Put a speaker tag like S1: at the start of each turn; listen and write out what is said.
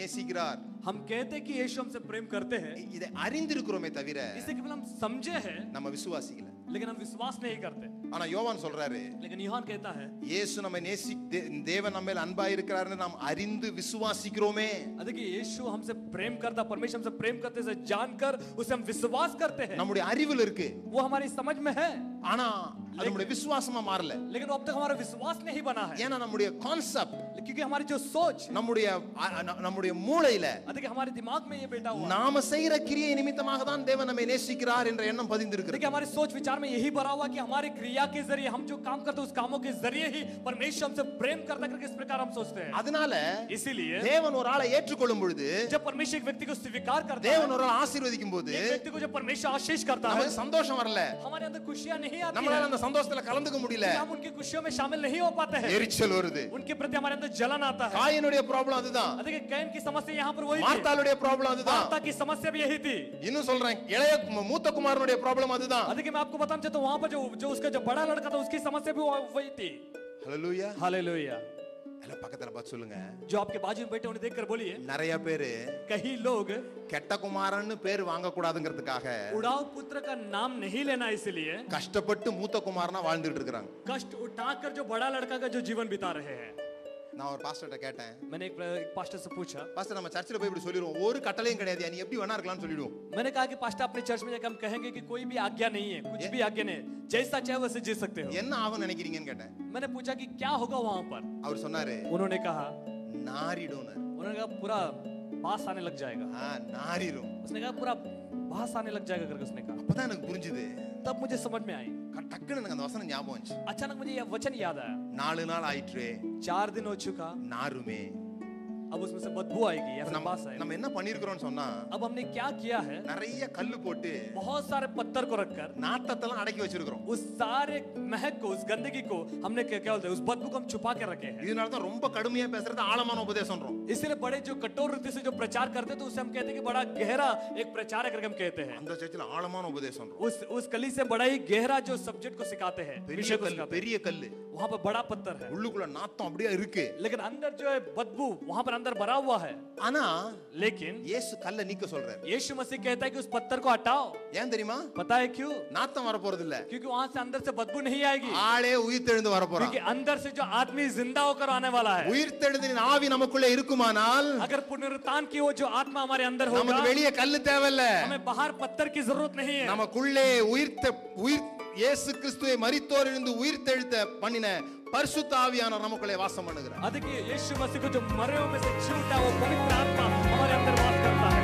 S1: நேசிக்கிறார்
S2: हम कहते कि यीशु हमसे प्रेम करते हैं
S1: இ- இதை அறிந்திருக்கிறோமே தவிர
S2: इसे केवल हम समझे हैं
S1: நம்ம விசுவாசிக்கல
S2: लेकिन हम विश्वास नहीं करते
S1: ஆனா யோவான் சொல்றாரு
S2: लेकिन यूहान कहता है
S1: இயேசு நம்ம நேசி தே- தேவன் நம்ம மேல் அன்பா இருக்கிறாருன்னு நாம் அறிந்து விசுவாசிக்கிறோமே
S2: देखिए यीशु हमसे प्रेम करता परमेश्वर हमसे प्रेम करते से जानकर उसे हम विश्वास करते हैं
S1: நம்முடைய அறிவில் இருக்கு
S2: वो हमारी समझ में है
S1: ஆனா அது நம்முடைய விசுவாசமா மாறல
S2: लेकिन अब तक हमारा विश्वास नहीं बना है
S1: ஏன்னா நம்முடைய கான்செப்ட்
S2: क्योंकि हमारी जो सोच
S1: நம்முடைய அ- அ- நம்முடைய மூளையில
S2: देखिए हमारे दिमाग में ये बैठा हुआ है।
S1: நாம செய்யற கிரியை நிமித்தமாக தான் தேவன் நம்மை நேசிக்கிறார் என்ற எண்ணம் பதிந்திருக்கிறது
S2: देखिए हमारे सोच विचार में यही भरा हुआ है कि हमारी क्रिया के जरिए हम जो काम करते हैं उस कामों के जरिए ही परमेश्वर हमसे प्रेम करता करके इस प्रकार हम सोचते हैं
S1: அதனால
S2: इसीलिए
S1: தேவன் ஒரு ஆளை ஏற்றுக்கொள்ளும் பொழுது
S2: जब परमेश्वर एक व्यक्ति को स्वीकार करता है
S1: தேவன் ஒரு ஆளை ஆசீர்வதிக்கும் போது
S2: एक व्यक्ति को जब परमेश्वर आशीष करता है
S1: நமக்கு சந்தோஷம் வரல
S2: हमारे अंदर खुशियां नहीं आती
S1: நம்மளால
S2: है
S1: அந்த சந்தோஷத்துல கலந்துக்க முடியல
S2: हम उनकी खुशियों में शामिल नहीं हो पाते हैं
S1: எரிச்சல் வருது
S2: उनके प्रति हमारे अंदर जलन आता है
S1: காயனுடைய ப்ராப்ளம் அதுதான்
S2: देखिए कैन की समस्या यहाँ पर वही थी
S1: மார்த்தாளுடைய ப்ராப்ளம் அதுதான்
S2: मार्ता की समस्या भी यही थी
S1: இன்னும் சொல்றேன் இளைய மு- மூத்த குமாரனுடைய ப்ராப்ளம் அதுதான்
S2: देखिए मैं आपको बताऊं चाहता हूं वहां पर जो जो उसका जो बड़ा लड़का था उसकी समस्या भी वह- वही थी
S1: ஹalleluya
S2: हालेलुया
S1: எல்லாம் பக்கத்துல பார்த்து சொல்லுங்க
S2: जो आपके बाजू में बैठे उन्हें देखकर बोलिए
S1: நிறைய பேரு
S2: कहीं लोग
S1: கெட்ட குமாரன்னு பேர் வாங்க கூடாதுங்கிறதுக்காக
S2: उड़ाव पुत्र का नाम नहीं लेना इसलिए
S1: கஷ்டப்பட்டு மூத்த குமாரனா வாழ்ந்துட்டு இருக்கிறாங்க
S2: कष्ट उठाकर जो बड़ा लड़का का जो जीवन बिता रहे हैं
S1: நான் ஒரு பாஸ்டர்ட்ட கேட்டேன்
S2: मैंने एक, एक पास्टर से पूछा
S1: பாஸ்டர் நம்ம சர்ச்சில் போய் இப்படி சொல்லிடுவோம் ஒரு கட்டளையும் கிடையாது நீ எப்படி வேணா இருக்கலாம்னு சொல்லிடுவோம்
S2: मैंने कहा कि पास्टर अपने चर्च में जाकर हम कहेंगे कि कोई भी आज्ञा नहीं है कुछ भी आज्ञा नहीं है जैसा चाहे वैसे जी सकते हो
S1: என்ன ஆகும் நினைக்கிறீங்கன்னு கேட்டேன்
S2: मैंने पूछा कि क्या होगा वहां पर
S1: அவர் சொன்னாரு
S2: उन्होंने कहा
S1: நாரிடும்னாரு.
S2: उन्होंने कहा पूरा बास आने लग जाएगा
S1: ஆ நாரிடும்
S2: उसने कहा पूरा बास आने लग जाएगा करके उसने कहा
S1: அப்பதான் எனக்கு புரிஞ்சுது
S2: तब मुझे समझ में आई
S1: க- டக்குன்னு எனக்கு அந்த வசனம் ஞாபகம் வந்துச்சு
S2: अचानक मुझे यह वचन याद आया
S1: நாலு நாள் ஆயிற்று
S2: चार दिन हो चुका
S1: நாருமே
S2: अब उसमें से बदबू आएगी या फिर
S1: நம்ம
S2: बास आएगी
S1: நம்ம என்ன பண்ணிருக்கிறோம்னு சொன்னா
S2: अब हमने क्या किया है
S1: நிறைய கல்லு போட்டு
S2: बहुत सारे पत्थर को रखकर
S1: நாத்தத்தெல்லாம் அடக்கி வச்சிருக்கிறோம்
S2: उस सारे महक को उस गंदगी को हमने क्या क्या बोलते हैं उस बदबू को हम छुपा के रखे हैं
S1: இதனால தான் ரொம்ப கடுமையா பேசுறது ஆழமான உபதேசம்ன்றோம்
S2: इसलिए बड़े जो कठोर रीति से जो प्रचार करते हैं तो उसे हम कहते हैं कि बड़ा गहरा एक प्रचार है करके हम कहते हैं
S1: அந்த சர்ச்சில் ஆழமான உபதேசம்ன்றோம்
S2: उस उस कली से बड़ा ही गहरा जो सब्जेक्ट को सिखाते हैं
S1: பெரிய
S2: विषय को
S1: கல்
S2: सिखाते
S1: பெரிய கல்லு
S2: हैं वहां पर बड़ा पत्थर है
S1: உள்ளுக்குள்ள நாத்தம் அப்படியே இருக்கு
S2: लेकिन अंदर जो है बदबू वहां पर अंदर भरा हुआ है
S1: ஆனா
S2: लेकिन
S1: இயேசு कல்லை நீக்க சொல்றாரு
S2: यीशु मसीह कहता है कि उस पत्थर को हटाओ
S1: ஏன் தெரியுமா
S2: पता है क्यों
S1: நாத்தம் வர போறது இல்ல
S2: क्योंकि वहां से अंदर से बदबू नहीं आएगी
S1: ஆளே உயிர்த்தெழுந்து வர போறான்
S2: क्योंकि अंदर से जो आदमी जिंदा होकर आने वाला है
S1: உயிர்த்தெழுந்தின் ஆவி நமக்குள்ள இருக்குமானால்
S2: अगर पुनरुत्थान की वो जो आत्मा हमारे अंदर होगा
S1: நமக்கு வெளியே கல்லு தேவையில்ல
S2: हमें बाहर पत्थर की जरूरत नहीं है
S1: நமக்குள்ளே உயிர்த்த உயிர் இயேசு கிறிஸ்துவை மரித்தோரிலிருந்து உயிர்த்தெழுத்த பண்ணின பரிசுத்த ஆவியானவர் நமக்குள்ளே வாசம் பண்ணுகிறார்
S2: अधिक यीशु मसीह को जो मरे हुए में से जी उठा वो पवित्र आत्मा हमारे अंदर वास करता है